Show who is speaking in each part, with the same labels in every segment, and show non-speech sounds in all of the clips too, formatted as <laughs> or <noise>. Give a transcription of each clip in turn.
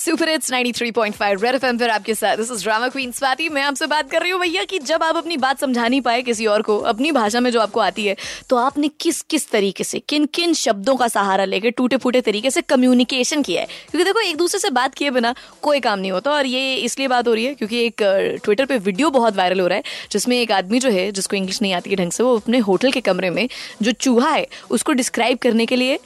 Speaker 1: Super it's 93.5 red FM पर आपके साथ this is drama queen Swati मैं आपसे बात कर रही हूँ भैया कि जब आप अपनी बात समझा नहीं पाए किसी और को अपनी भाषा में जो आपको आती है तो आपने किस किस तरीके से किन किन शब्दों का सहारा लेकर टूटे फूटे तरीके से कम्युनिकेशन किया है क्योंकि देखो एक दूसरे से बात किए बिना कोई काम नहीं होता और ये इसलिए बात हो रही है क्योंकि एक ट्विटर पे वीडियो बहुत वायरल हो रहा है जिसमें एक आदमी जो है जिसको इंग्लिश नहीं आती है ढंग से वो अपने होटल के कमरे में जो चूहा है उसको डिस्क्राइब करने के लिए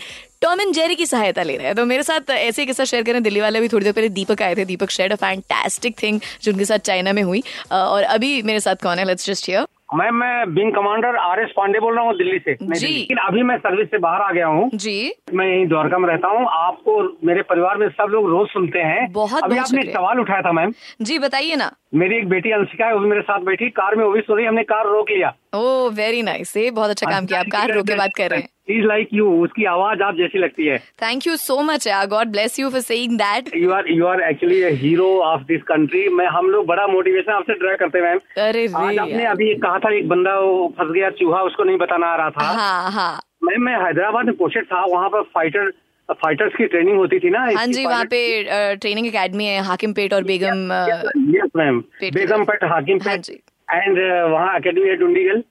Speaker 1: टॉम एंड जेरी की सहायता ले रहा है तो मेरे साथ ऐसे ही किस्सा शेयर करें दिल्ली वाले भी थोड़ी देर पहले दीपक आए थे Deepak share a fantastic thing जो उनके साथ चाइना में हुई अ, और अभी मेरे साथ कौन है लेट्स जस्ट हियर
Speaker 2: मैम मैं wing commander R S Pandey बोल रहा हूँ दिल्ली से नई
Speaker 1: जी।
Speaker 2: दिल्ली। लेकिन अभी मैं सर्विस से बाहर आ गया हूँ
Speaker 1: जी
Speaker 2: मैं यहीं द्वारका में रहता हूँ आपको मेरे परिवार में सब लोग रोज सुनते हैं
Speaker 1: बहुत
Speaker 2: अभी
Speaker 1: बहुत
Speaker 2: आपने एक
Speaker 1: शुक्रिया।
Speaker 2: सवाल उठाया था मैम
Speaker 1: जी बताइए ना
Speaker 2: मेरी एक बेटी अंशिका है वो भी मेरे साथ बैठी कार में वो भी सुन रही हमने कार रोक लिया
Speaker 1: ओ वेरी नाइस ये बहुत अच्छा काम किया आप कार रोक के बात कर रहे हैं
Speaker 2: इज लाइक यू उसकी आवाज आप जैसी लगती है
Speaker 1: थैंक यू सो मच यार god bless you for saying that
Speaker 2: you are you are actually hero of this country मैं हम लोग बड़ा मोटिवेशन आपसे ड्रा करते हैं मैम
Speaker 1: अरे रे
Speaker 2: आज आपने
Speaker 1: यार।
Speaker 2: अभी एक कहा था एक बंदा वो फंस गया चूहा उसको नहीं बताना आ रहा था
Speaker 1: हाँ हाँ
Speaker 2: मैम मैं हैदराबाद में पोस्टेड था वहाँ पर फाइटर फाइटर्स की ट्रेनिंग होती थी ना
Speaker 1: हाँ जी वहाँ पे ट्रेनिंग एकेडमी है हाकिम पेट और बेगम अ,
Speaker 2: यस मैम
Speaker 1: पेट के
Speaker 2: बेगम पेट हाकिम
Speaker 1: हाँ
Speaker 2: पेट
Speaker 1: जी।
Speaker 2: एंड वहाँ एकेडमी है डुंडीगल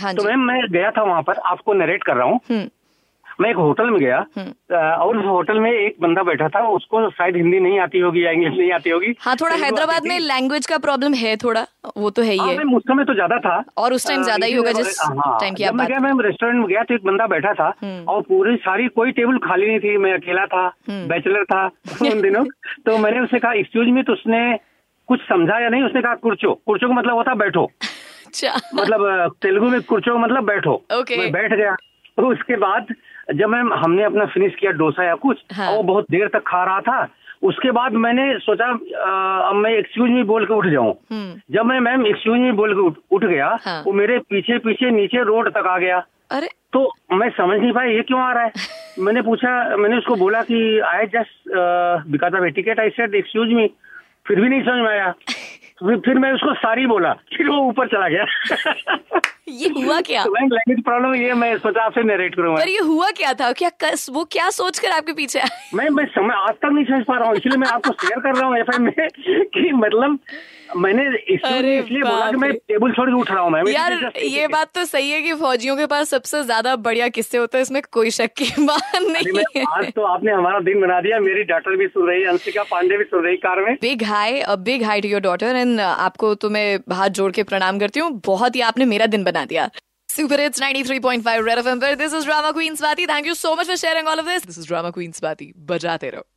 Speaker 1: हाँ
Speaker 2: तो
Speaker 1: जी।
Speaker 2: मैम मैं गया था वहाँ पर आपको नरेट कर रहा हूँ
Speaker 1: हम्म,
Speaker 2: मैं एक होटल में गया अ, और उस होटल में एक बंदा बैठा था उसको शायद हिंदी नहीं आती होगी या इंग्लिश नहीं आती होगी तो
Speaker 1: हाँ थोड़ा
Speaker 2: तेलुगु
Speaker 1: हैदराबाद
Speaker 2: आती
Speaker 1: में
Speaker 2: थी।
Speaker 1: लैंग्वेज का प्रॉब्लम है थोड़ा वो तो है ही
Speaker 2: हाँ
Speaker 1: है
Speaker 2: मैम उस समय तो ज्यादा था
Speaker 1: और उस time
Speaker 2: अ,
Speaker 1: ज्यादा ही
Speaker 2: लेकिन
Speaker 1: होगा
Speaker 2: जब-
Speaker 1: जिस
Speaker 2: हाँ,
Speaker 1: time की
Speaker 2: जब
Speaker 1: आप बात हम्म।
Speaker 2: मैं गया
Speaker 1: कर
Speaker 2: मैम रेस्टोरेंट में गया तो एक बंदा बैठा था और पूरी सारी कोई टेबल खाली नहीं थी मैं अकेला था
Speaker 1: हम्म।
Speaker 2: बैचलर
Speaker 1: <laughs>
Speaker 2: था उन दिनों तो मैंने उससे कहा एक्सक्यूज मी तो उसने कुछ समझा या नहीं उसने कहा कुर्चो कुर्चो का मतलब होता
Speaker 1: <laughs>
Speaker 2: बैठो
Speaker 1: अच्छा
Speaker 2: मतलब अ, तेलुगु में कुर्चो का मतलब बैठो
Speaker 1: Okay.
Speaker 2: मैं बैठ गया तो उसके बाद जब मैम हमने अपना फिनिश किया डोसा या कुछ
Speaker 1: हाँ।
Speaker 2: और वो बहुत देर तक खा रहा था उसके बाद मैंने सोचा अ, अब मैं एक्सक्यूज मी बोल के उठ जाऊं
Speaker 1: हम्म।
Speaker 2: जब मैं मैम एक्सक्यूज मी बोल के उठ, उठ गया
Speaker 1: हाँ।
Speaker 2: वो मेरे पीछे पीछे नीचे रोड तक आ गया
Speaker 1: अरे
Speaker 2: तो मैं समझ नहीं पाया ये क्यों
Speaker 1: <laughs>
Speaker 2: आ रहा है मैंने पूछा मैंने उसको बोला कि uh, I just because of etiquette I said excuse me फिर भी नहीं समझ में
Speaker 1: <laughs>
Speaker 2: आया फिर फिर मैं उसको सारी बोला फिर वो ऊपर चला <laughs> गया
Speaker 1: ये हुआ क्या
Speaker 2: तो मैम लैंग्वेज प्रॉब्लम ये मैं सोचा आपसे नरेट करूंगा
Speaker 1: पर ये हुआ क्या था क्या कस वो क्या सोच कर आपके पीछे आए
Speaker 2: मैं मैं समय आज तक नहीं समझ पा रहा हूँ इसलिए मैं आपको शेयर कर रहा हूँ एफ में कि मतलब मैंने
Speaker 1: अरे
Speaker 2: इसलिए इसलिए बोला कि
Speaker 1: बाप
Speaker 2: मैं
Speaker 1: रे।
Speaker 2: टेबल छोड़ के उठ रहा हूँ मैम
Speaker 1: यार
Speaker 2: It is just-
Speaker 1: ये बात तो सही है कि फौजियों के पास सबसे ज्यादा बढ़िया किस्से होते हैं इसमें कोई शक की <laughs> बात
Speaker 2: अरे
Speaker 1: नहीं
Speaker 2: मैम,
Speaker 1: है
Speaker 2: आज तो आपने हमारा दिन बना दिया मेरी डॉटर भी सुन रही है अंशिका पांडे भी सुन रही कार में
Speaker 1: big hi a big hi to your daughter and आपको तो मैं हाथ जोड़ के प्रणाम करती हूँ बहुत ही आपने मेरा दिन बना दिया सुपर इट्स 93.5 रेड एफएम पर this is drama queen Swati thank you so much for sharing all of this this is drama queen Swati बजाते रहो